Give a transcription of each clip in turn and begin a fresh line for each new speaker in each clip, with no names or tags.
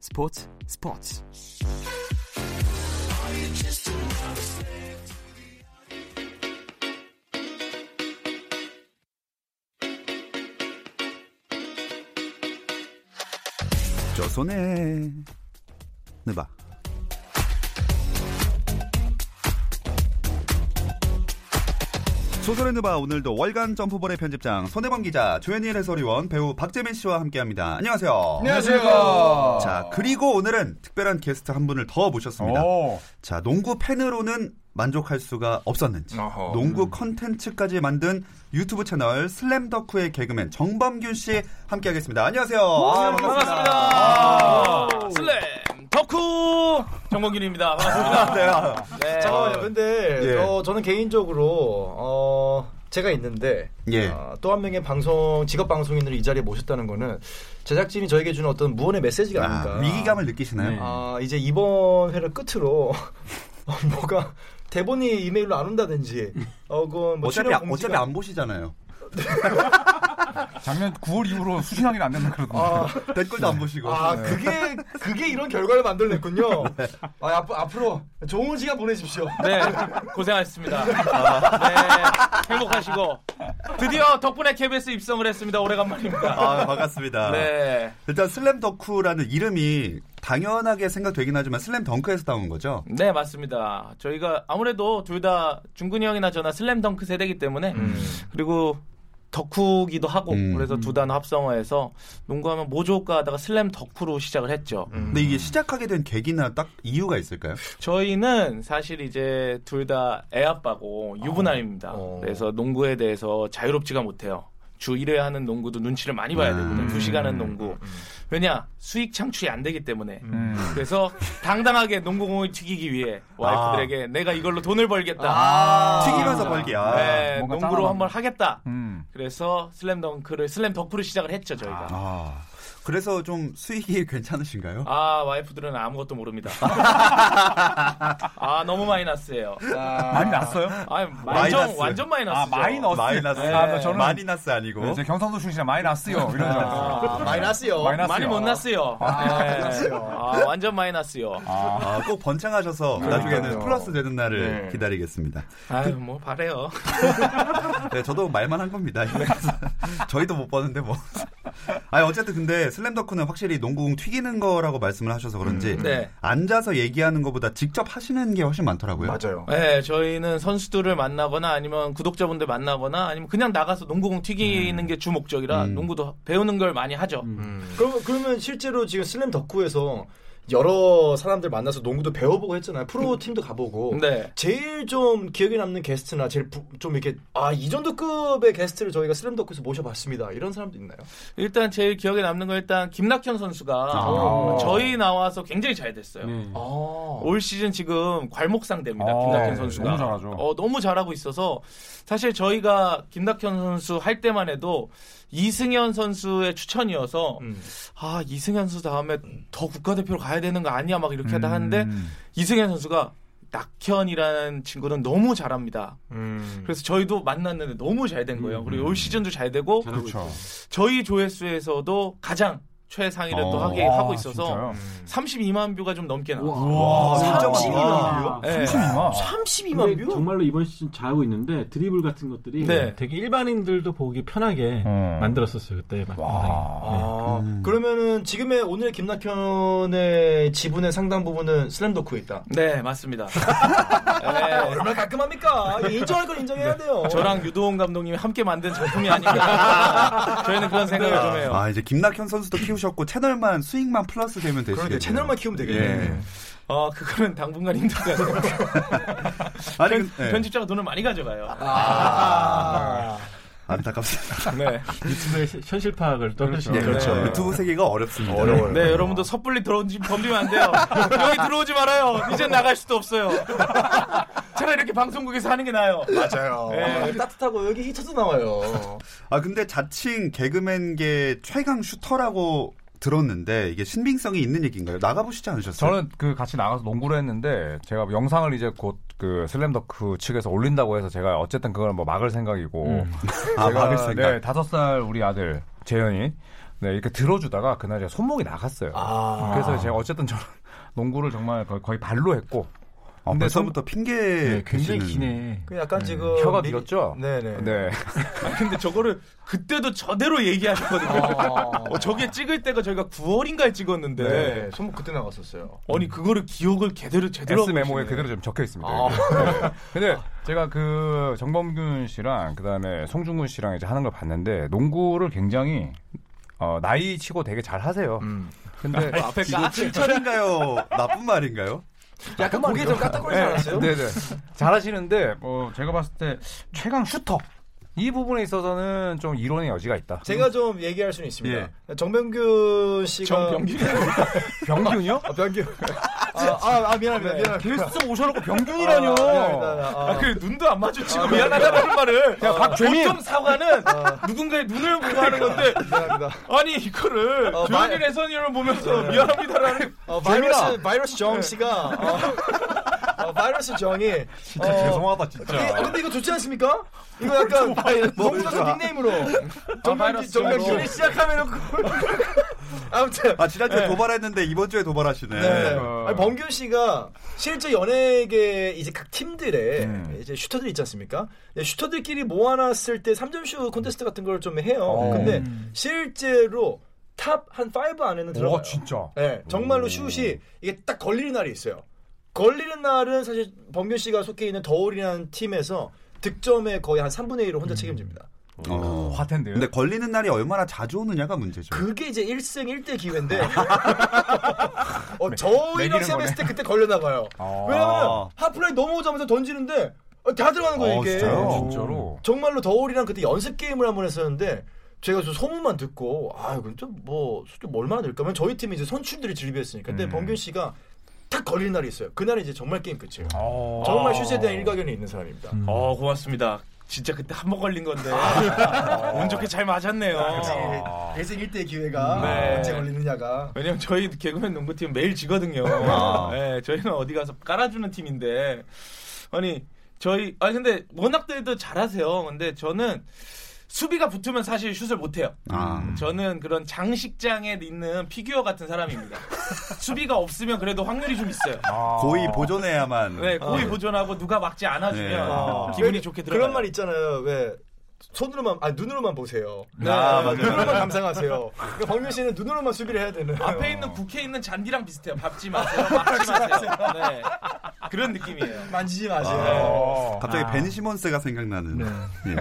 스포츠 스포츠
조선의 누바 조선의 누바 오늘도 월간 점프볼의 편집장 손혜범 기자 조현일 해설위원 배우 박재민 씨와 함께합니다. 안녕하세요.
안녕하세요.
자 그리고 오늘은 특별한 게스트 한 분을 더 모셨습니다.
오.
자 농구 팬으로는 만족할 수가 없었는지
어허.
농구 컨텐츠까지 만든 유튜브 채널 슬램덕후의 개그맨 정범균 씨 함께하겠습니다. 안녕하세요. 네, 아,
반갑습니다. 슬램 덕후 정범균입니다. 반갑습니다. 네.
잠깐만요. 아, 근데
예.
어, 저는 개인적으로 어, 제가 있는데 어,
예.
또 한 명의 방송 직업 방송인을 이 자리에 모셨다는 거는 제작진이 저에게 주는 어떤 무언의 메시지가
아,
아닌가.
위기감을 느끼시나요?
아, 이제 이번 회를 끝으로 어, 뭐가 대본이 이메일로 안 온다든지 어, 그건 뭐
어차피
출연
안- 어차피
공지가-
안 보시잖아요.
작년 9월 이후로 수신하기는 안 된다 그러던데.
아,
댓글도 안 보시고.
아, 그게 그게 이런 결과를 만들어냈군요.
네.
아, 앞, 앞으로 좋은 시간 보내십시오.
네, 고생하셨습니다. 네, 행복하시고 드디어 덕분에 KBS 입성을 했습니다. 오래간만입니다.
아, 반갑습니다.
네,
일단 슬램 덕후라는 이름이 당연하게 생각되긴 하지만 슬램 덩크에서 따온 거죠.
네 맞습니다. 저희가 아무래도 둘 다 중근이 형이나 저나 슬램덩크 세대이기 때문에 그리고 덕후기도 하고
음.
그래서 두 단어 합성어에서 농구하면 뭐 좋을까 하다가 슬램 덕후로 시작을 했죠.
근데 이게 시작하게 된 계기나 딱 이유가 있을까요?
저희는 사실 이제 둘 다 애아빠고 유부남입니다.
어.
그래서 농구에 대해서 자유롭지가 못해요. 주 1회 하는 농구도 눈치를 많이 봐야 되거든요.
음.
2시간 하는 농구. 왜냐? 수익 창출이 안 되기 때문에.
음.
그래서 당당하게 농구공을 튀기기 위해 와이프들에게 내가 이걸로 돈을 벌겠다.
아. 튀기면서 벌기. 아.
네,
뭔가
농구로
짠하다.
한번 하겠다.
음.
그래서 슬램덩크를 슬램덩크로 시작을 했죠, 저희가. 아.
아. 그래서 좀 수익이 괜찮으신가요?
아, 와이프들은 아무것도 모릅니다. 아, 너무 마이너스예요.
많이 났어요?
아니,
마이너스.
완전 완전 마이너스.
아, 마이너스.
마이너스.
아, 나 저는
마이너스 아니고.
네, 이제 경상도 출신이라 많이 났어요. 이런 줄 알았어요.
아, 마이너스요.
마이너스.
많이 못 났어요. 네. 아, 완전 마이너스요.
아, 꼭 번창하셔서 나중에는 플러스 되는 날을
네.
기다리겠습니다.
아유, 뭐 바래요.
네, 저도 말만 한 겁니다. 그래서 저희도 못 보는데 뭐. 아니 어쨌든 근데 슬램덕후는 확실히 농구공 튀기는 거라고 말씀을 하셔서 그런지
네.
앉아서 얘기하는 것보다 직접 하시는 게 훨씬 많더라고요.
맞아요.
네, 저희는 선수들을 만나거나 아니면 구독자분들 만나거나 아니면 그냥 나가서 농구공 튀기는 게 주 목적이라
음.
농구도 배우는 걸 많이 하죠.
그럼 그러면 실제로 지금 슬램 덕후에서 여러 사람들 만나서 농구도 배워보고 했잖아요. 프로 팀도 가보고.
네.
제일 좀 기억에 남는 게스트나 제일 부- 좀 이렇게 아 이 정도 급의 게스트를 저희가 슬램 덕후에서 모셔봤습니다. 이런 사람도 있나요?
일단 제일 기억에 남는 건 일단 김낙현 선수가
아.
저희 나와서 굉장히 잘 됐어요.
아.
올 시즌 지금 괄목상대입니다.
아,
김낙현
네.
선수가
너무 잘하죠.
어, 너무 잘하고 있어서 사실 저희가 김낙현 선수 할 때만 해도 이승현 선수의 추천이어서
음.
아 이승현 선수 다음에 더 국가대표로 가야 되는 거 아니야 막 이렇게 하다 하는데
음.
이승현 선수가 낙현이라는 친구는 너무 잘합니다. 그래서 저희도 만났는데 너무 잘 된 거예요. 그리고 올 시즌도 잘 되고
그렇죠.
저희 조회수에서도 가장 최상위를 또
어.
하게
와,
하고 있어서
아,
음.
진짜요?
32만 뷰가 좀 넘게 나왔어요.
와,
와,
아, 진짜
진짜
많다.
많다.
와.
네.
32만.
32만
근데
뷰?
정말로 이번 시즌 잘하고 있는데 드리블 같은 것들이
네.
되게 일반인들도 보기 편하게
음.
만들었었어요 그때 막
와.
아, 그러면은 지금의 오늘의 김낙현의 지분의 상당 부분은 슬램덕후에 있다.
네, 맞습니다. 네.
어, 얼마나 깔끔합니까? 아, 예, 인정할 건 인정해야 돼요.
저랑 유도원 감독님이 함께 만든 작품이 아닌가. 저희는 그런
네.
생각을 좀 해요.
아 이제 김낙현 선수도 키우셨고 채널만 수익만 플러스 되면 되시겠네요.
그러니까 채널만 키우면 되겠네.
예.
아, 그거는 당분간 힘들 것 같아요. 그
아니
편-
네.
예.
편집자가 돈을 많이 가져가요.
아.
안타깝습니다.
네.
유튜브의 시- 현실 파악을 떠나시죠
예, 그렇죠.
네.
유튜브 세계가 어렵습니다.
어려워요.
네, 여러분도 섣불리 들어오지 덤비면 안 돼요. 여기 들어오지 말아요. 이젠 나갈 수도 없어요. 차라리 이렇게 방송국에서 하는 게 나아요.
맞아요.
예.
네. 따뜻하고 여기 히터도 나와요.
아 근데 자칭 개그맨계 최강 슈터라고 들었는데 이게 신빙성이 있는 얘기인가요? 나가보시지 않으셨어요?
저는 그 같이 나가서 농구를 했는데 제가 영상을 이제 곧 그 슬램덕크 측에서 올린다고 해서 제가 어쨌든 그걸 뭐 막을 생각이고
아
제가,
막을 생각.
네, 다섯 살 우리 아들 재현이 네, 이렇게 들어주다가 그날 제가 손목이 나갔어요.
아.
그래서 제가 어쨌든 저는 농구를 정말 거의, 거의 발로 했고
아,
근데
벌써부터 핑계
네,
굉장히
대시는-
기네
그 약간 지금
혀가
미-
밀었죠?
네네.
네.
아, 근데 저거를 그때도 저대로 얘기하셨거든요.
아.
어, 저게 찍을 때가 저희가 9월인가에 찍었는데.
네. 손목 그때 나갔었어요.
아니, 그거를 기억을 제대로, 제대로.
S 메모에
하고 계시네.
그대로 좀 적혀 있습니다.
아.
네. 근데 제가 그 정범균 씨랑 그다음에 송중근 씨랑 이제 하는 걸 봤는데 농구를 굉장히 어, 나이 치고 되게 잘 하세요.
음.
근데
아,
앞에
이거 칭찬인가요? 아, 나쁜 말인가요?
약간 고개 좀 까딱거리지 않았어요?
네네. 잘하시는데 뭐 제가 봤을 때 최강 슈터 이 부분에 있어서는 좀 이론의 여지가 있다.
제가 좀 얘기할 수는 있습니다. 예. 정병규 씨가
정병균.
병균이요?
아, 병규. 아, 아, 아, 미안합니다. 미안합니다.
게스트 오셔놓고
아,
병균이라뇨.
미안합니다. 아,
아, 그 눈도 안 마주치고 미안하다는 말을.
야, 박재민.
보통 사과는 누군가의 눈을 보고 하는 건데.
어. 미안합니다.
아니, 이거를
어, 네.
조현일 해선이를 보면서 미안합니다라는.
어,
재민아.
바이러스 바이러스 정 씨가 어, 어, 바이러스 정이 진짜
죄송하다 진짜.
이게,
아,
근데 이거 좋지 않습니까? 이거 약간 농구선수 닉네임으로
아,
정명기 정명기 시작하면 아무튼
아 지난주에 도발했는데 이번 주에 도발하시네.
네.
어.
아니, 범균 씨가 실제 연예계 이제 각 팀들의
음.
이제 슈터들 있지 않습니까? 네, 슈터들끼리 모아놨을 때 3점 슛 콘테스트 같은 걸 좀 해요.
어.
근데 실제로 탑 한 5 안에는 들어가요.
와 진짜.
네, 정말로 슛이 이게 딱 걸리는 날이 있어요. 걸리는 날은 사실 범균 씨가 속해 있는 더울이라는 팀에서 득점의 거의 한 3분의 1을 혼자
음.
책임집니다.
아,
어.
화텐데요.
근데 걸리는 날이 얼마나 자주 오느냐가 문제죠.
그게 이제 1승 1대 기회인데 어, 저희랑
아. 내기는
시합했을
거네.
때 그때 걸렸나 봐요.
아.
왜냐면 하프라인 넘어오자마자 던지는데 어, 다 들어가는 거예요
어,
이게.
진짜요?
아, 네, 진짜로.
정말로 더울이랑 그때 연습 게임을 한 번 했었는데 제가 저 소문만 듣고 아 이건 좀뭐 수준 얼마나 될까면 저희 팀이 이제 선출들이 진입했으니까 근데
음.
범균 씨가 탁 걸릴 날이 있어요. 그날은 이제 정말 게임 끝이에요.
어.
정말 슛에 대한 일가견이 있는 사람입니다.
음.
어, 고맙습니다. 진짜 그때 한 번 걸린 건데. 운 좋게 잘 맞았네요.
아. 1승 1대 기회가
네.
언제 걸리느냐가
왜냐면 저희 개그맨 농구팀 매일 지거든요. 예, 저희는 어디 가서 깔아주는 팀인데. 아니, 저희, 아니, 근데 워낙들도 잘하세요. 근데 저는 수비가 붙으면 사실 슛을 못해요.
아.
저는 그런 장식장에 있는 피규어 같은 사람입니다. 수비가 없으면 그래도 확률이 좀 있어요.
아.
고의 보존해야만.
네, 고의 보존하고 누가 막지 않아주면
네. 아.
기분이 좋게 들어요.
그런 말 있잖아요. 왜 손으로만 아 눈으로만 보세요.
네,
네,
아, 맞아요.
눈으로만 감상하세요. 그러니까 범균 씨는 눈으로만 수비를 해야 되는.
앞에 있는 국회에 있는 잔디랑 비슷해요. 밟지 마세요. 막지 마세요. 네. 그런 느낌이에요.
만지지 마세요.
어.
갑자기 벤 시몬스가 생각나는. 예.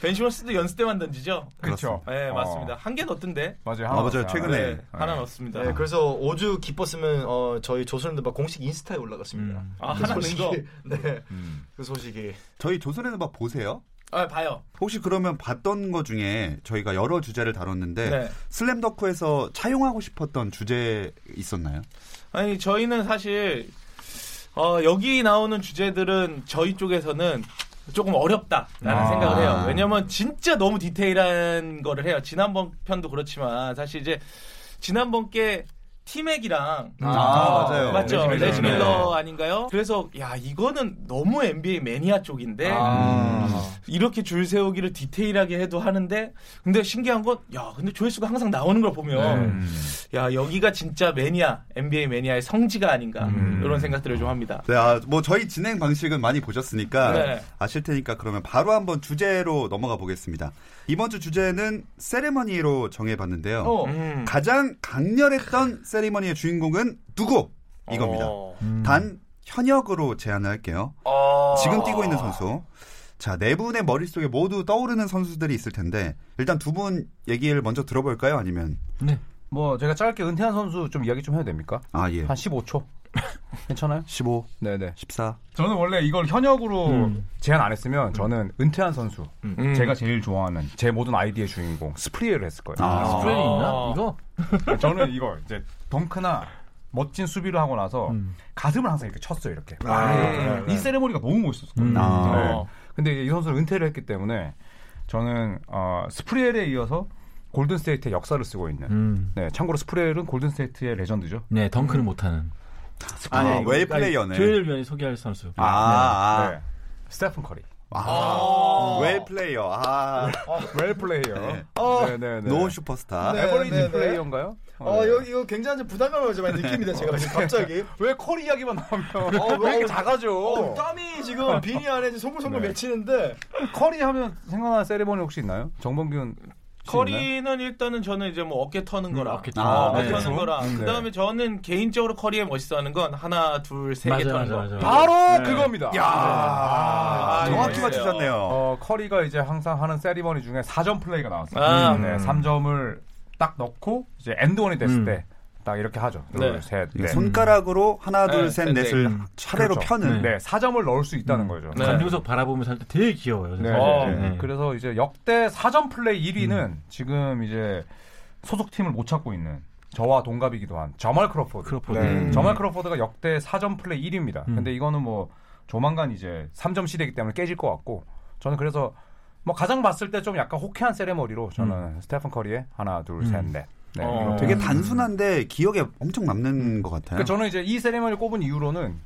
벤시머스도 연습 때만 던지죠.
그렇죠.
네,
어.
맞습니다. 한 개 넣던데.
맞아요.
아, 맞아요.
하나.
최근에.
네,
네.
하나 넣었습니다.
네, 그래서 오주 기뻤으면 어, 저희 조선랜드바 공식 인스타에 올라갔습니다.
아,
그
하나 넣은
소식이-
거.
네,
음.
그 소식이.
저희 조선에는 막 보세요.
아, 봐요.
혹시 그러면 봤던 것 중에 저희가 여러 주제를 다뤘는데
네.
슬램덕후에서 차용하고 싶었던 주제 있었나요?
아니, 저희는 사실 어, 여기 나오는 주제들은 저희 쪽에서는 조금 어렵다라는
아.
생각을 해요. 왜냐면 진짜 너무 디테일한 거를 해요. 지난번 편도 그렇지만 사실 이제 지난번 게 티맥이랑
아,
아,
맞아요.
맞죠
레지
레지
밀러.
밀러 아닌가요? 그래서 야 이거는 너무 NBA 매니아 쪽인데
음.
아.
이렇게 줄 세우기를 디테일하게 해도 하는데 근데 신기한 건 야 근데 조회수가 항상 나오는 걸 보면
음.
네.
야 여기가 진짜 매니아 NBA 매니아의 성지가 아닌가
음.
이런 생각들을 좀 합니다.
네, 아, 뭐 저희 진행 방식은 많이 보셨으니까
네.
아실 테니까 그러면 바로 한번 주제로 넘어가 보겠습니다. 이번 주 주제는 세레머니로 정해봤는데요.
어. 음.
가장 강렬했던 세리머니의 주인공은 누구? 이겁니다.
어.
음.
단 현역으로 제안을 할게요.
어.
지금 뛰고 있는 선수. 자, 네 분의 머릿속에 모두 떠오르는 선수들이 있을 텐데 일단 두 분 얘기를 먼저 들어볼까요? 아니면
뭐 제가 짧게 은퇴한 선수 좀 이야기 좀 해도 됩니까?
아, 예.
한 15초. 괜찮아요?
15,
네네.
14.
저는 원래 이걸 현역으로 제안 안 했으면 저는 은퇴한 선수, 제가 제일 좋아하는 제 모든 아이디의 주인공 스프리에를 했을 거예요.
아.
스프레이 있나? 이거?
그러니까 저는 이거 이제 덩크나 멋진 수비를 하고 나서 가슴을 항상 이렇게 쳤어요 이렇게. 네. 이 세레모니가 너무 멋있었거든요.
음.
아.
네. 근데 이 선수는 은퇴를 했기 때문에 저는 어, 스프리엘에 이어서 골든스테이트의 역사를 쓰고 있는.
음.
네, 참고로 스프리엘은 골든스테이트의 레전드죠.
네, 덩크는 못하는.
아니, 그러니까 웰 플레이어네.
조엘 면이 소개할 선수.
아, 아,
네. 스테픈 커리.
아.
음.
웰 플레이어. 아.
웰 플레이어.
어.
네, 네, 네.
노 슈퍼스타.
네.
에버리지
네, 네.
플레이어인가요?
어,
네.
여기 이거 굉장히 좀 부담감을 많이 느낍니다. 제가 지금 갑자기.
왜 커리 이야기만 나오면
어,
왜 이렇게
어,
작아져?
어, 땀이 지금 비니 안에 지금 소물소물
네.
맺히는데
커리 하면 생각나는 세리머니 혹시 있나요? 정범균 씨 있나요?
커리는 일단은 저는 이제 뭐 어깨 터는 거랑
음, 어깨
아.
터는
어,
거.
어깨
네.
터는 거랑
네.
그다음에 저는 개인적으로 커리의 멋있어하는 건 하나 둘 세 개
맞아,
터는
맞아,
거.
맞아.
바로 그겁니다. 네.
아,
네. 아,
정확히
네.
맞추셨네요.
어, 커리가 이제 항상 하는 세리머니 중에 4점 플레이가 나왔어요.
아.
네, 3점을 딱 넣고 이제 엔드원이 됐을 때 딱 이렇게 하죠.
음. 네.
둘, 셋, 넷.
손가락으로 하나, 둘,
네,
셋,
네,
넷을
네.
차례로
그렇죠.
펴는
네, 4점을 넣을 수 있다는 거죠.
네.
강중석 바라보면서 할 때 되게 귀여워요.
네.
어,
네. 네.
그래서 이제 역대 4점 플레이 1위는 지금 이제 소속팀을 못 찾고 있는 저와 동갑이기도 한 저말 크로포드.
크로포드.
네,
음.
저말 크로포드가 역대 4점 플레이 1위입니다. 근데 이거는 뭐 조만간 이제 3점 시대이기 때문에 깨질 것 같고 저는 그래서 뭐 가장 봤을 때 좀 약간 호쾌한 세레머리로 저는 스테픈 커리의 하나, 둘, 셋, 넷. 네.
어.
이렇게.
되게 단순한데 기억에 엄청 남는 것 같아요.
그 저는 이제 이 세레머니를 꼽은 이유로는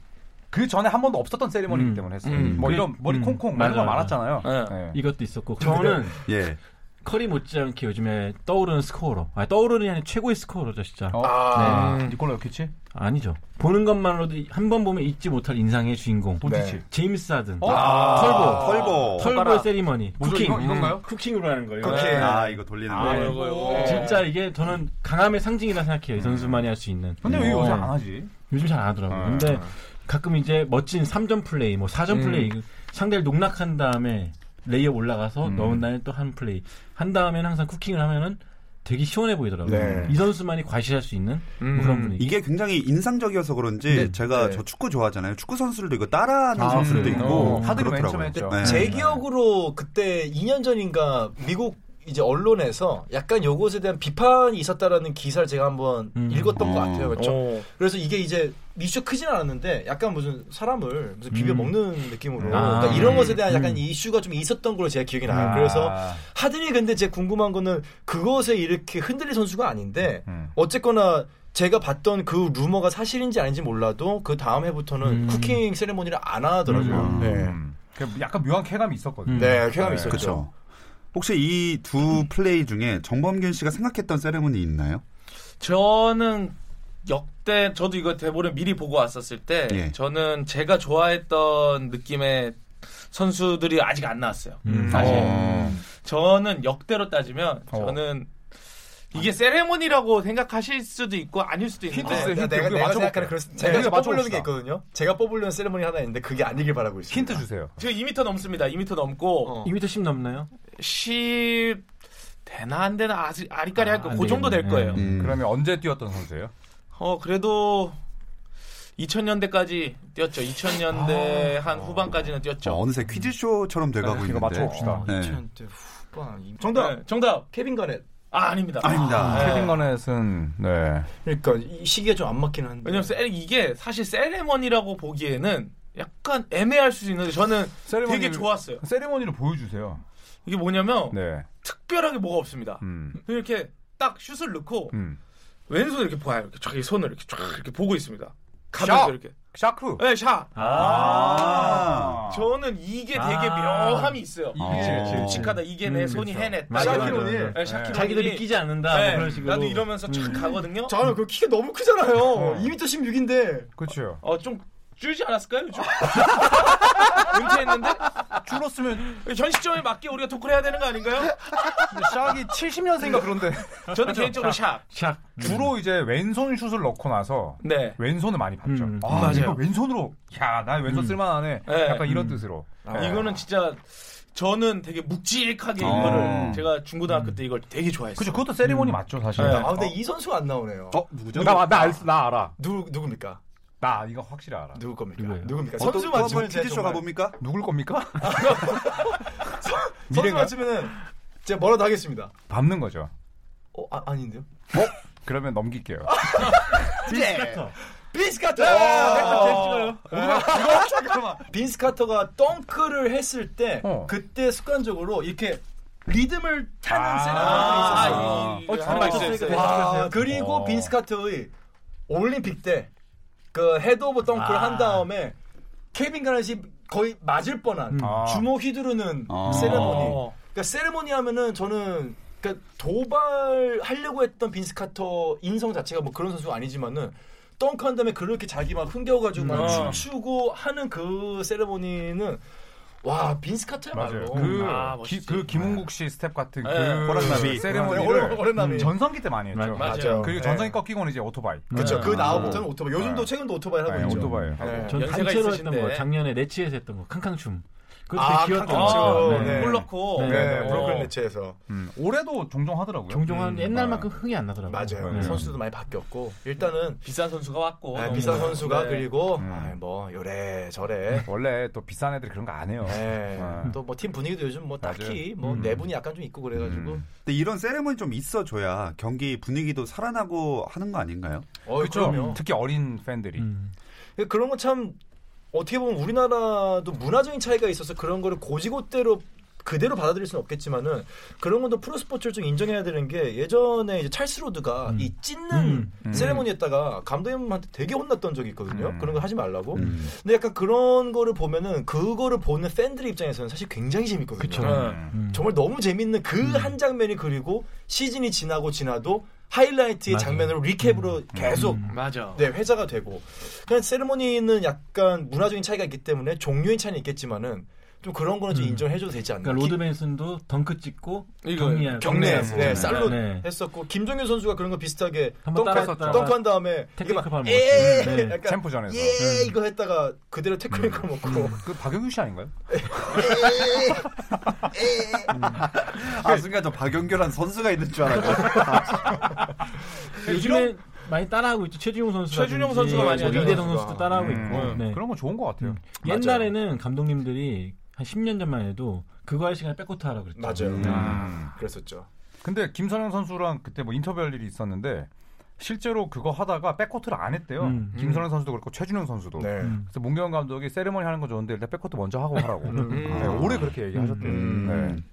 그 전에 한 번도 없었던 세레머니이기
음.
때문에 했어요.
음.
뭐 이런 머리
음.
콩콩 이런
맞아,
거
맞아.
많았잖아요.
네.
네.
이것도 있었고 저는
예.
커리 못지않게 요즘에 떠오르는 스코어로 아니, 떠오르는 게 아니라 최고의 스코어로죠 진짜
어?
아.
네. 니콜라 요키치?
아니죠 보는 것만으로도 한 번 보면 잊지 못할 인상의 주인공
네.
네.
도치치.
제임스 하든
어?
털보
털보.
털보
손가락.
세리머니
뭐죠,
쿠킹
이거? 이건가요? 어.
음, 쿠킹으로 하는 거예요
네.
그렇게 아 이거 돌리는 거.
아, 요거, 요거.
진짜 이게 저는 강함의 상징이라 생각해요 이 선수만이 할 수 있는
근데 왜 요새 안 하지?
요즘 잘 안 하더라고요 근데 가끔 이제 멋진 3점 플레이 뭐 4점 플레이 상대를 농락한 다음에 레이업 올라가서 넣은 다음에 또 한 플레이 한 다음에는 항상 쿠킹을 하면은 되게 시원해 보이더라고요 이 선수만이 과시할 수 있는 뭐 그런 분위기
이게 굉장히 인상적이어서 그런지 제가 저 축구 좋아하잖아요. 축구 선수를 이거 따라하는
네. 아,
선수들도
음.
있고
어, 하드를 맨 처음에
그렇더라고요.
했죠.
네.
제 기억으로 그때 2년 전인가 미국 이제 언론에서 약간 요것에 대한 비판이 있었다라는 기사를 제가 한번
음.
읽었던 것
어.
같아요. 그렇죠?
어.
그래서 이게 이제 이슈 크진 않았는데 약간 무슨 사람을 무슨 비벼 먹는 느낌으로
음. 아.
그러니까 이런 것에 대한
음. 아.
약간 이슈가 좀 있었던 걸로 제가 기억이 나요. 그래서 하든이 근데 제 궁금한 거는 그것에 이렇게 흔들릴 선수가 아닌데
음.
어쨌거나 제가 봤던 그 루머가 사실인지 아닌지 몰라도 그 다음 해부터는
음.
쿠킹 세레모니를 안 하더라고요.
음.
네.
그 약간 묘한 쾌감이 있었거든요.
음.
네, 쾌감이
네,
있었죠.
그렇죠. 혹시 이 두 플레이 중에 정범균 씨가 생각했던 세레모니 있나요?
저는 역대 저도 이거 대본을 미리 보고 왔었을 때
예.
저는 제가 좋아했던 느낌의 선수들이 아직 안 나왔어요.
음.
사실
어.
저는 역대로 따지면
어.
저는 이게 세레모니라고 생각하실 수도 있고 아닐 수도 있는데
힌트 쓰-
네, 내가, 내가, 내가
우리가 네, 맞춰볼게요.
생각하는 그런 제가
우리가
지금 뽑으려는
맞춰봅시다.
게 있거든요. 제가 뽑으려는 세레모니 하나 있는데 그게 아니길 바라고 있습니다.
힌트 주세요.
지금 2m 넘습니다. 2m 넘고
2m 10 넘나요?
10 되나 안 되나 아직 아리까리 할
아,
거.
안
그 정도 될
되겠네.
거예요.
음.
그러면 언제 뛰었던 선수예요?
어 그래도 2000년대까지 뛰었죠. 2000년대 한 후반까지는
자,
뛰었죠.
어느새 퀴즈쇼처럼 돼가고
이거
있는데.
맞춰봅시다.
네.
2000대 후반.
네, 정답.
정답.
정답.
케빈 가넷.
아 아닙니다.
아닙니다.
네.
캐빈 거넷은 네.
그러니까 이 시기가 좀 안 맞기는 한데.
왜냐면 세- 이게 사실 세레머니라고 보기에는 약간 애매할 수도 있는데 저는
세리머니-
되게 좋았어요.
세리머니를 보여주세요.
이게 뭐냐면
네.
특별하게 뭐가 없습니다.
음.
이렇게 딱 슛을 넣고
음.
왼손 이렇게 봐요. 이렇게 쫙 손을 이렇게 쫙 이렇게 보고 있습니다. 가면서 이렇게.
샤크.
네, 샷.
아.
저는 이게 되게
아.
묘함이 있어요.
그치, 그치, 그치.
직하다 이게 내
음,
손이
그렇죠.
해냈다.
맞아,
이런.
맞아, 맞아.
네, 샤키로니.
자기들이 끼지 않는다 뭐
네,
그런 식으로. 음.
나도 이러면서 착 가거든요.
저는 그 키가 너무 크잖아요. 2m 16인데.
그렇죠.
어, 좀 줄지 않았을까요? 요즘? 은퇴했는데?
줄었으면
현 시점에 맞게 우리가 토크를 해야 되는 거 아닌가요?
샤기 70년생인가 그런데
저는 개인적으로 샷.
샥.
주로 이제 왼손 슛을 넣고 나서
네.
왼손을 많이 봤죠.
음.
아,
맞아요.
이거 왼손으로. 야, 나 왼손
음.
쓸만하네.
네.
약간 이런 뜻으로.
아. 이거는 진짜 저는 되게 묵직하게
어.
이거를 제가 중고등학교 때 이걸 되게 좋아했어요.
그죠. 그것도 세리머니 맞죠, 사실.
네.
어,
아 근데 이 선수가 안 나오네요.
어, 누구죠?
나, 나, 알, 나 알아.
누 누굽니까?
나 이거 확실히 알아.
누구 겁니까?
누구예요?
누굽니까?
어, 또, 또
선수만
한번
치면 제가
퀴즈쇼
정말-
가봅니까?
누굴 겁니까?
선수만
미래인가요?
치면은 제가 뭐라도 하겠습니다.
밟는 거죠.
어 아, 아닌데요?
그러면 넘길게요.
예.
빈스카터. 아, 잠깐만. 빈스카터가 덩크를 했을 때
어.
그때 습관적으로 이렇게 리듬을
아.
타는
아,
세레머니가 있었어요.
이- 이거
어,
하나
맞췄으니까
있어요, 아, 있어요.
됐어.
와, 아, 그리고
어.
빈스카트의 올림픽 때 그 헤드오브 덩크를
아.
한 다음에 케빈 가넷이 거의 맞을 뻔한
아.
주먹 휘두르는
아.
세레모니. 그러니까 세레모니 하면은 저는 그러니까 도발하려고 했던 빈스카터 인성 자체가 뭐 그런 선수가 아니지만은 덩크 한 다음에 그렇게 자기 막 흥겨워가지고 막
음.
춤추고 하는 그 세레모니는 와
맞아요.
빈스카트야말로
그,
아,
기,
멋있지.
그 김은국 씨 스텝 같은
네.
그
호랑나비.
오랜-
세레머니를 음,
오랜만에
전성기 때 많이 했죠.
맞아요.
네.
그리고 전성기 꺾이고는 이제 오토바이.
그쵸
네.
그 나오부터는 오토바이 요즘도
네.
최근도 오토바이 하고
네,
있죠
오토바이.
네.
전
연세가
단체로
있으신데.
했던 거 작년에 네치에서 했던 거 캉캉춤. 그것도
아,
되게 귀엽던
캉캉춤.
거.
네.
골 넣고.
네,
네,
어.
브로클린 매치에서
음, 올해도 종종 하더라고요.
종종 한
음,
옛날만큼
네. 어,
흥이 안 나더라고요.
맞아요.
네.
선수도 많이 바뀌었고 일단은
비싼 선수가 왔고.
아,
너무.
비싼 선수가
네.
그리고
음.
아, 뭐 요래 저래
네. 원래 또 비싼 애들이 그런 거 안 해요. 네.
또 뭐 팀 분위기도 요즘 뭐
맞아요.
딱히 뭐
음.
내분이 약간 좀 있고 그래가지고
음.
근데 이런 세레머니 좀 있어줘야 경기 분위기도 살아나고 하는 거 아닌가요?
어,
그렇죠.
그럼요.
특히 어린 팬들이.
음.
예, 그런 건 참 어떻게 보면 우리나라도 문화적인 차이가 있어서 그런 거를 고지고대로 그대로 받아들일 수는 없겠지만은 그런 것도 프로 스포츠를 좀 인정해야 되는 게 예전에 이제 찰스 로드가
음.
이 찢는
음.
세레모니 했다가 감독님한테 되게 혼났던 적이 있거든요.
음.
그런 걸 하지 말라고.
음.
근데 약간 그런 거를 보면은 그거를 보는 팬들 입장에서는 사실 굉장히 재밌거든요.
그쵸.
네.
음.
정말 너무 재밌는 그 한 장면이 그리고 시즌이 지나고 지나도 하이라이트의
맞아요. 음.
장면으로 리캡으로 계속
맞아.
네, 회자가 되고 그냥 세레모니는 약간 문화적인 차이가 있기 때문에 종류의 차이는 있겠지만은 좀 그런 거는 좀 인정해줘도 되지 않나.
음. 그러니까 로드 벤슨도 덩크 찍고
이거
경리야.
경례,
경례하고.
네, 살로
네.
했었고 김종현 선수가 그런 거 비슷하게
한번
덩크-
따라했었죠.
덩크한 다음에 이게
테크니컬
막
팔
예,
먹었죠. 네. 음.
약간
챔프전에서.
예 이거 했다가 그대로 태클링 걸 먹고
그 박영규 씨 아닌가요?
아 순간 저 박연결한 선수가 있는 줄 알았죠.
요즘에 많이 따라하고 있죠. 최준용 선수.
최준용 선수가 많이 하죠.
이대성 선수도 따라하고
음,
있고. 네.
그런 거 좋은 것 같아요.
옛날에는 감독님들이 한 10년 전만 해도 그거 할 시간에 백코트 하라고 그랬죠.
맞아요.
음.
그랬었죠.
근데 김선영 선수랑 그때 뭐 인터뷰할 일이 있었는데 실제로 그거 하다가 백코트를 안 했대요.
음.
김선영 선수도 그렇고 최준영 선수도.
네.
음.
그래서 문경 감독이 세리머니 하는 건 좋은데 일단 백코트 먼저 하고 하라고.
음.
네, 오래 그렇게 얘기하셨대요.
음.
네.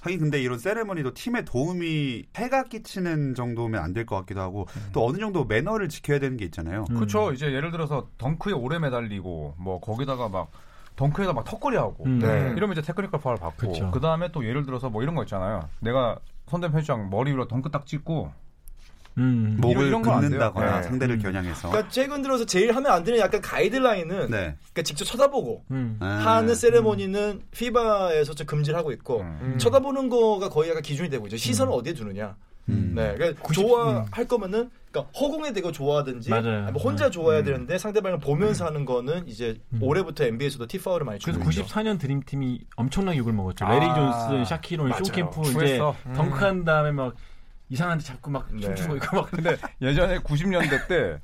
하긴 근데 이런 세레머니도 팀에 도움이 해가 끼치는 정도면 안 될 것 같기도 하고 또 어느 정도 매너를 지켜야 되는 게 있잖아요.
음.
그렇죠. 이제 예를 들어서 덩크에 오래 매달리고 뭐 거기다가 막 덩크에다 막 턱걸이 하고
음.
네.
이러면 이제 테크니컬 파울 받고
그쵸.
그 다음에 또 예를 들어서 뭐 이런 거 있잖아요. 내가 선대 편장 머리 위로 덩크 딱 찍고
음.
목을
이런 건안 돼요.
긋는다거나
네.
상대를
음.
겨냥해서.
그러니까 최근 들어서 제일 하면 안 되는 약간 가이드라인은
네.
그러니까 직접 쳐다보고
음.
하는 세레모니는 피바에서 좀 금지를 하고 있고
음.
쳐다보는 거가 거의 약간 기준이 되고 이제 시선을 어디에 두느냐.
음.
네, 그러니까 좋아할 거면은 그러니까 허공에 대고 좋아하든지
맞아요.
아니면 혼자
네.
좋아야 되는데 상대방을 보면서 하는 거는 이제 올해부터 NBA에서도 티파울을 많이
그래서
주고 있죠.
94년 드림팀이 엄청나게 욕을 먹었죠.
아.
레리 존슨, 샤키론,
맞아요.
쇼캠프 이제
추했어.
덩크한 다음에 막 이상한데 잡고 막
네.
춤추고 이거 막
근데 예전에 90년대 때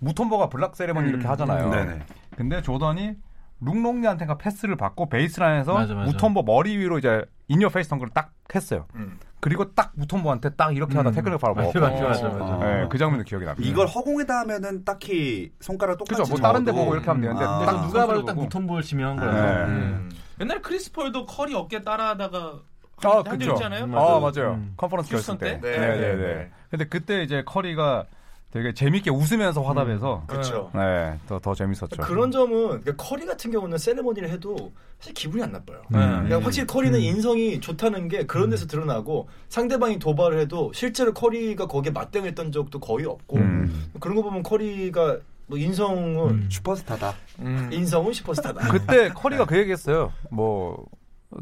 무톰버가 블락 세레머니 이렇게 하잖아요.
음. 네네.
근데 조던이 룩롱리한테가 패스를 받고 베이스라인에서
맞아, 맞아.
무톰버 머리 위로 이제 인어 페이스 덩크를 딱 했어요.
음.
그리고 딱 무톰버한테 딱 이렇게 음. 하다 태클을 바로
음. 맞아
먹었고.
맞아 맞아 맞아.
아.
예, 그 장면도 기억이 납니다.
이걸 허공에다 하면은 딱히 손가락 똑같이
그죠? 뭐 다른 데
넣어도
보고 이렇게 하면 되는데
아.
딱
딱
누가 봐도
손으로
딱
보고.
무턴볼 지명한
네.
거라서. 음.
옛날 크리스 폴도 커리 어깨 따라하다가
아,
한적
그죠.
있잖아요.
아, 맞아요.
음.
컨퍼런스 결승
휴스턴
때.
때?
네, 네, 네.
네.
근데 그때 이제 커리가 되게 재밌게 웃으면서 화답해서
그렇죠.
네, 더, 더 재밌었죠.
그런 점은 그러니까 커리 같은 경우는 세레머니를 해도 사실 기분이 안 나빠요.
음.
그러니까 확실히 커리는 인성이 좋다는 게 그런 데서 드러나고 상대방이 도발을 해도 실제로 커리가 거기에 맞대응했던 적도 거의 없고
음.
그런 거 보면 커리가 뭐 인성은
음.
슈퍼스타다.
인성은 슈퍼스타다.
그때 커리가 그 얘기했어요. 뭐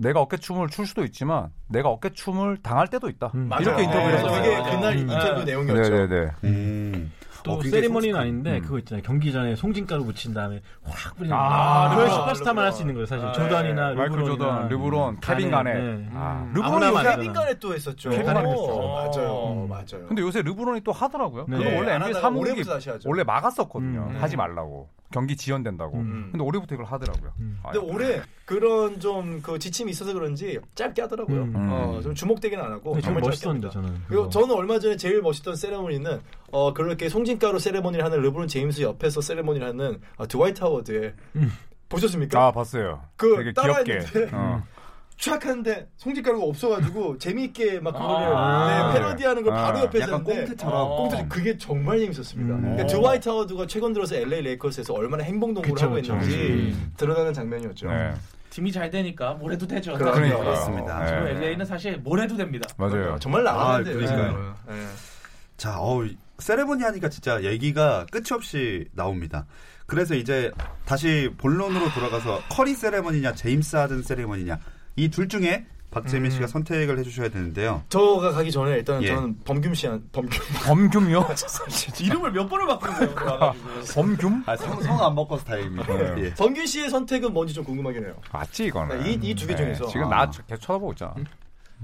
내가 어깨춤을 출 수도 있지만 내가 어깨춤을 당할 때도 있다.
음.
맞아요.
이렇게 인터뷰를
네,
했어요.
그게 그날 인터뷰 내용이었죠.
네네네.
음.
또
어, 굉장히
세리머니는
솔직한-
아닌데 그거 있잖아요. 경기 전에 송진가루 묻힌 다음에 확 뿌리는 거.
아, 네.
그걸
르브론,
슈퍼스타만 할 수 있는 거예요. 사실 조던이나
마이클 조던,
음,
르브론이나
르브론, 케빈
간에,
간에.
네.
아,
아무나
르브론이
맞아.
케빈간에 또 했었죠.
케빈간에
어,
했었죠.
맞아요,
음.
맞아요.
근데 요새 르브론이 또 하더라고요.
네.
그거 원래
안
NBA
하다가
사무국이
올해부터 다시 하죠.
원래 막았었거든요.
음.
하지 말라고. 경기 지연된다고.
음.
근데 올해부터 이걸 하더라고요. 아,
음. 근데 올해 그런 좀 그 지침이 있어서 그런지 짧게 하더라고요.
음.
어, 좀 주목되긴 안 하고
근데 좀
정말 짧게
멋있었는데
합니다.
저는.
아, 그리고 저는 얼마 전에 제일 멋있던 세레모니는 어 그렇게 송진가루 세레모니를 하는 르브론 제임스 옆에서 세레모니를 하는 어, 드와이트 하워드의 보셨습니까?
아, 봤어요.
그
되게 귀엽게.
따라했는데
어.
쫙 하는데 송진가루가 없어가지고 재미있게 막 그거를
아.
네, 패러디하는 걸 바로
아.
옆에서
약간
했는데 어.
꽁트처럼.
꽁트 그게 정말 재밌었습니다.
음.
그러니까 드와이트 하워드가 최근 들어서 LA 레이커스에서 얼마나 행복동구를
그쵸,
하고
그쵸.
있는지
음.
드러나는 장면이었죠.
네.
팀이 잘 되니까 뭘 해도 되죠.
그러니까요.
그렇습니다.
네.
지금 LA는 사실 뭘 해도 됩니다.
맞아요.
어, 정말 나가는데 네.
아, 그러니까요. 자, 어우, 세레모니 하니까 진짜 얘기가 끝이 없이 나옵니다. 그래서 이제 다시 본론으로 돌아가서 커리 세레머니냐 제임스 하든 세레머니냐 이 둘 중에 박재민 씨가 선택을 해주셔야 되는데요.
저가 가기 전에 일단
예.
저는 범균 씨한 범균
범규요?
이름을 몇 번을 바꾸는 거예요. 그래가지고.
범규?
아, 성, 성 안 바꿔서 다행입니다.
네.
예.
범균 씨의 선택은 뭔지 좀 궁금하긴 해요.
맞지 이거는.
네, 이- 이두개 중에서. 음.
지금
아.
나 계속 쳐다보고 있잖아.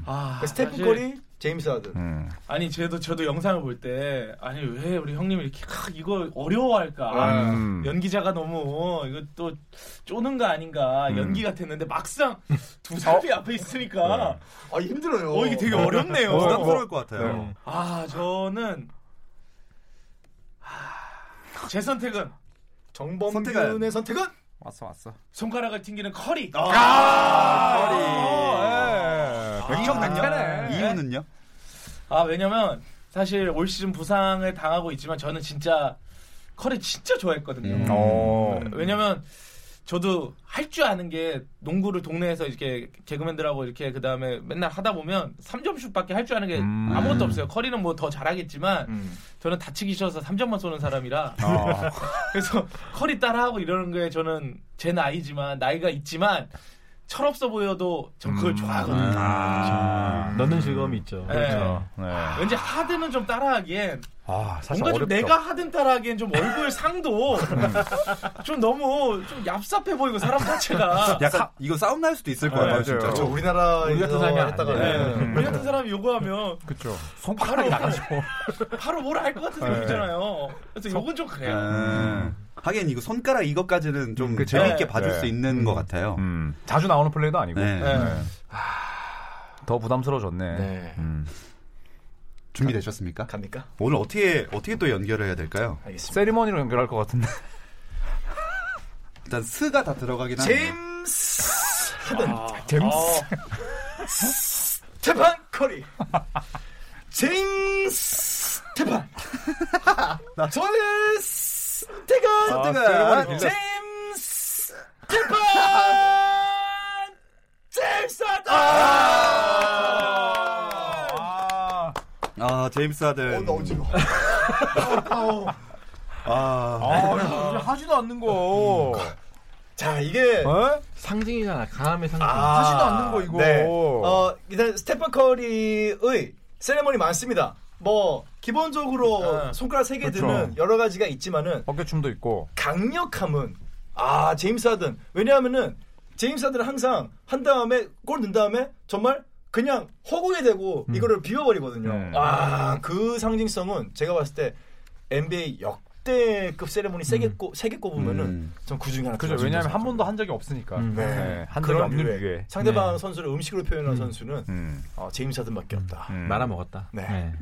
아,
그러니까 스테픈
사실-
커리, 제임스 하든.
음.
아니 저도 저도 영상을 볼 때 아니 왜 우리 형님이 이렇게 캬, 이거 어려워할까
아,
음.
연기자가 너무 이거 또 쪼는 거 아닌가 연기 같았는데 막상 두 사람이 앞에 있으니까
아 힘들어요.
어 이게 되게 어렵네요.
부담스러울 것 같아요.
아 저는 아, 제 선택은
정범균의 선택은
왔어 왔어.
손가락을 튕기는 커리.
아,
아,
아, 예. 백척
네.
네.
백천에.
이유는요?
아 왜냐면 사실 올 시즌 부상을 당하고 있지만 저는 진짜 커리 진짜 좋아했거든요.
음.
어.
왜냐면 저도 할 줄 아는 게 농구를 동네에서 이렇게 개그맨들하고 이렇게 그 다음에 맨날 하다 보면 3점슛밖에 할 줄 아는 게
음.
아무것도 없어요. 커리는 뭐 더 잘하겠지만
음.
저는 다치기 싫어서 3점만 쏘는 사람이라
어.
그래서 커리 따라하고 이러는 거에 저는 제 나이지만 나이가 있지만 철없어 보여도 전 그걸 좋아하거든요.
아.
넣는 즐거움이 있죠.
네.
네.
왠지 하드는 좀 따라하기엔
아 사실
뭔가 좀
어렵죠.
내가 하든 따라하기엔 좀 얼굴 상도
음.
좀 너무 좀 얍삽해 보이고 사람 자체가
약간 이거 싸움 날 수도 있을 것
네,
같아요,
맞아요.
진짜.
그렇죠.
그렇죠.
우리나라에서
우리 같은 사람이 안
했다가
네.
네.
우리 같은 사람이 요구하면
그쵸. 손가락이
바로-
나가죠.
바로 뭐라 할 것 같은
네.
느낌이잖아요. 그래서 요건
네.
좀 그래요.
음. 하긴 이거 손가락 이것까지는 좀
그쵸.
재밌게
네.
봐줄
네.
수 있는 것 같아요.
음. 자주 나오는 플레이도 아니고.
네.
네.
더 부담스러워졌네.
네.
음.
준비되셨습니까?
갑니까?
오늘 어떻게 어떻게 또 연결을 해야 될까요?
알겠습니다.
세리머니로 연결할 것 같은데.
일단 스가 다 들어가긴 하는데.
제임스 하든
재밌어.
스테판 커리. 제임스 스테판. 저는 스테간
아,
아, 세리머니 빌렸어.
제임스 스테판 제임스 하든.
아.
아 제임스 하든.
어, 나 어지러워.
아,
아, 하지도 않는 거.
자, 이게
어?
상징이잖아. 강함의 상징.
하지도 않는 거, 이거.
네. 어, 일단 스테판 커리의 세레머니 많습니다. 뭐 기본적으로
네.
손가락 세 개
그렇죠.
드는 여러 가지가 있지만은
어깨춤도 있고.
강력함은 아 제임스 하든 왜냐하면은 제임스 하든은 항상 한 다음에 골 넣은 다음에 정말 그냥 허공에 대고
음.
이거를 비워버리거든요.
네.
아 그 상징성은 제가 봤을 때 NBA 역대급 세레모니 세개 꼽, 세개 꼽으면은
음.
전그 중에 하나.
그죠.
꼽아요.
왜냐하면 한 번도 한 적이 없으니까.
음.
네. 한 적이
그런
없는
류의
기회. 네.
상대방 선수를 음식으로 표현한 선수는
음.
어, 제임스 하든밖에 없다.
음.
말아 먹었다.
네.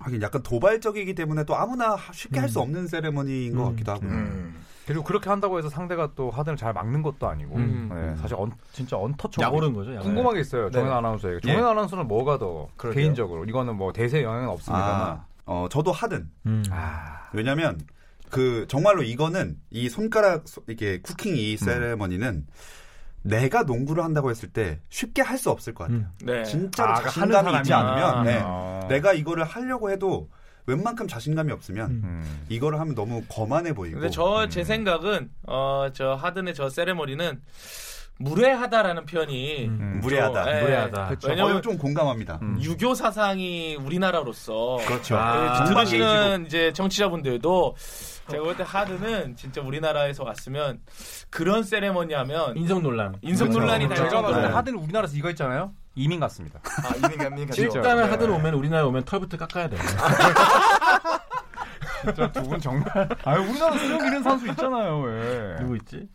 하긴 약간 도발적이기 때문에 또 아무나 쉽게 할 수
음.
없는 세레머니인 것 같기도 하고요.
음.
그리고 그렇게 한다고 해서 상대가 또 하든을 잘 막는 것도 아니고.
음.
네. 사실 언, 진짜 언터처.
야구른 거죠. 야구.
궁금한 게 있어요. 정현
네.
아나운서에게. 정현 아나운서는 뭐가 더
그러게요.
개인적으로 이거는 뭐 대세 영향은 없습니다만
아,
어, 저도 하든.
음.
왜냐면 그 정말로 이거는 이 손가락 소- 이게 쿠킹
음.
이 세레머니는 내가 농구를 한다고 했을 때 쉽게 할 수 없을 것 같아요.
네.
진짜로
아, 그러니까
자신감이
하는
있지
사람이-
않으면 네.
어.
내가 이거를 하려고 해도 웬만큼 자신감이 없으면
음.
이거를 하면 너무 거만해 음. 보이고
근데 저 제 생각은 어 저 하든의 저 세레머니는 무례하다라는 표현이 좀,
음. 무례하다.
예,
무례하다.
그렇죠.
왜냐면 음.
어, 좀 공감합니다.
유교 사상이 우리나라로서
그렇죠.
아,
예,
정말
들으시는 이제 청취자분들도 제가 볼 때 하드는 진짜 우리나라에서 왔으면 그런 세레머니
음.
하면
인성 논란.
인성
그렇죠.
논란이 네. 날
제가 봤을 때
정도로
네. 하든 우리나라에서 이거 있잖아요. 이민 같습니다.
아, 이민감이
일단은 하든 오면 우리나라 오면 털부터 깎아야 돼.
두 분 정말. 아 우리나라 수영 기는 선수 있잖아요. 왜?
누구 있지?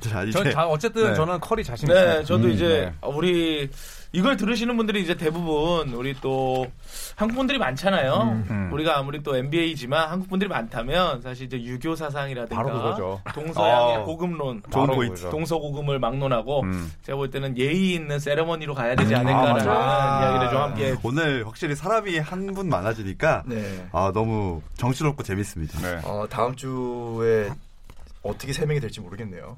자, 이제
전 자, 어쨌든
네.
저는 커리 자신 있어요.
네, 저도
음,
이제
네.
우리 이걸 들으시는 분들이 이제 대부분 우리 또 한국 분들이 많잖아요.
음.
우리가 아무리 또 NBA지만 한국 분들이 많다면 사실 이제 유교
바로
사상이라든가
그거죠. 어.
동서양의
아,
고금론,
좋은
바로
그렇죠.
포인트.
동서고금을 막론하고
음.
제가 볼 때는 예의 있는 세레머니로 가야
음.
되지 않을까라는
아,
이야기를 좀 함께
오늘 확실히 사람이 한 분 많아지니까
네.
아 너무 정신없고 재밌습니다.
네.
어, 다음 주에 어떻게 세 명이 될지 모르겠네요.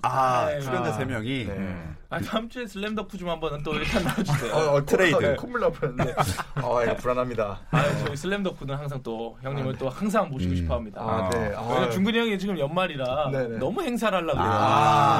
아
네,
출연자
아.
세 명이
네.
아, 다음 주에 슬램덕후 좀 한번 또 일단 나와주세요.
어, 어,
트레이드.
콧물 나- 콧물 나버렸네. 아, 이거 불안합니다.
아, 저희 슬램덕후는 항상 또 형님을 또 항상 모시고 싶어 합니다.
아, 네. 아,
왜냐면 중근이 형이 지금 연말이라
네네. 아.
너무 행사를 하려고 그래요.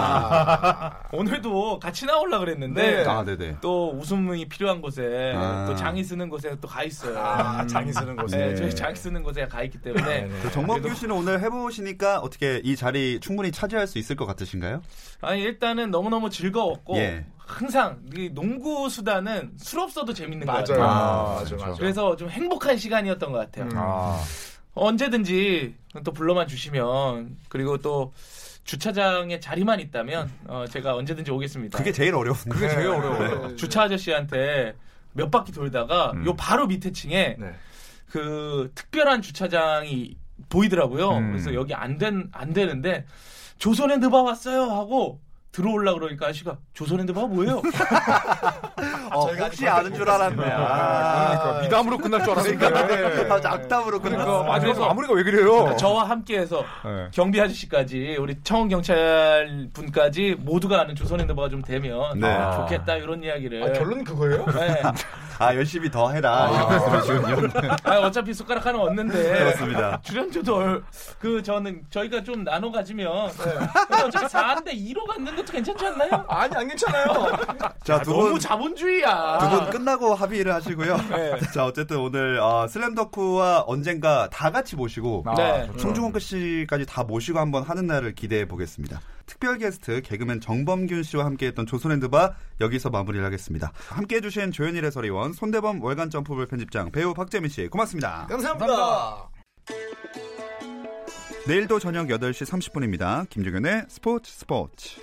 아.
오늘도 같이 나오려고 그랬는데
네.
아 네네.
또 웃음이 필요한 곳에
아.
또 장이 쓰는 곳에 또 가 있어요.
아, 장이 쓰는 곳에.
네, 저희 장이 쓰는 곳에 가 있기 때문에
네, 네.
그 정범규 씨는 오늘 해보시니까 어떻게 이 자리 충분히 차지할 수 있을 것 같으신가요?
아니 일단은 너무너무 즐거웠고
예.
항상 이 농구 수단은 술 없어도 재밌는 거
맞아요.
같아요. 그렇죠.
아, 맞아, 맞아.
그래서 좀 행복한 시간이었던 것 같아요. 어,
아,
언제든지 또 불러만 주시면 그리고 또 주차장에 자리만 있다면 어, 제가 언제든지 오겠습니다.
그게 제일 어려운 네. 거.
그게 제일 어려워요.
주차 아저씨한테 몇 바퀴 돌다가
음.
요 바로 밑에 층에
네.
그 특별한 주차장이 보이더라고요.
음.
그래서 여기 안 된 안 되는데 조선의 느바 왔어요 하고 들어올라 그러니까 아저씨가 조선의 느바 뭐예요?
어, 혹시 아는 줄 알았네.
그러니까
아,
미담으로 끝날 줄 알았는데.
아주 악담으로
그러니까
끝났어.
마지막에 마무리가 네. 왜 그래요?
저와 함께해서
네.
경비 아저씨까지 우리 청원 경찰 분까지 모두가 아는 조선의 느바가 좀 되면
네.
아, 좋겠다 이런 이야기를.
아, 결론은 그거예요?
네.
아 열심히 더 해라. 이런 말씀을 지금요.
아, 어차피 숟가락 하나 얻는데.
그렇습니다.
출연료도 얼- 그 저는 저희가 좀 나눠 가지면 네. 근데 어차피 4인데 2로 갖는 것도 괜찮지 않나요?
아니, 안 괜찮아요.
자, 두 분.
너무 자본주의야.
두 분 끝나고 합의를 하시고요. 자, 어쨌든 오늘 어, 슬램덕후와 언젠가 다 같이 모시고
아,
네.
좋죠.
송중원 씨까지 다 모시고 한번 하는 날을 기대해 보겠습니다. 특별 게스트 개그맨 정범균 씨와 함께했던 조선핸드바 여기서 마무리를 하겠습니다. 함께해 주신 조현일 해설위원, 손대범 월간 점프볼 편집장, 배우 박재민 씨 고맙습니다.
감사합니다.
내일도 저녁 8시 30분입니다. 김종현의 스포츠 스포츠.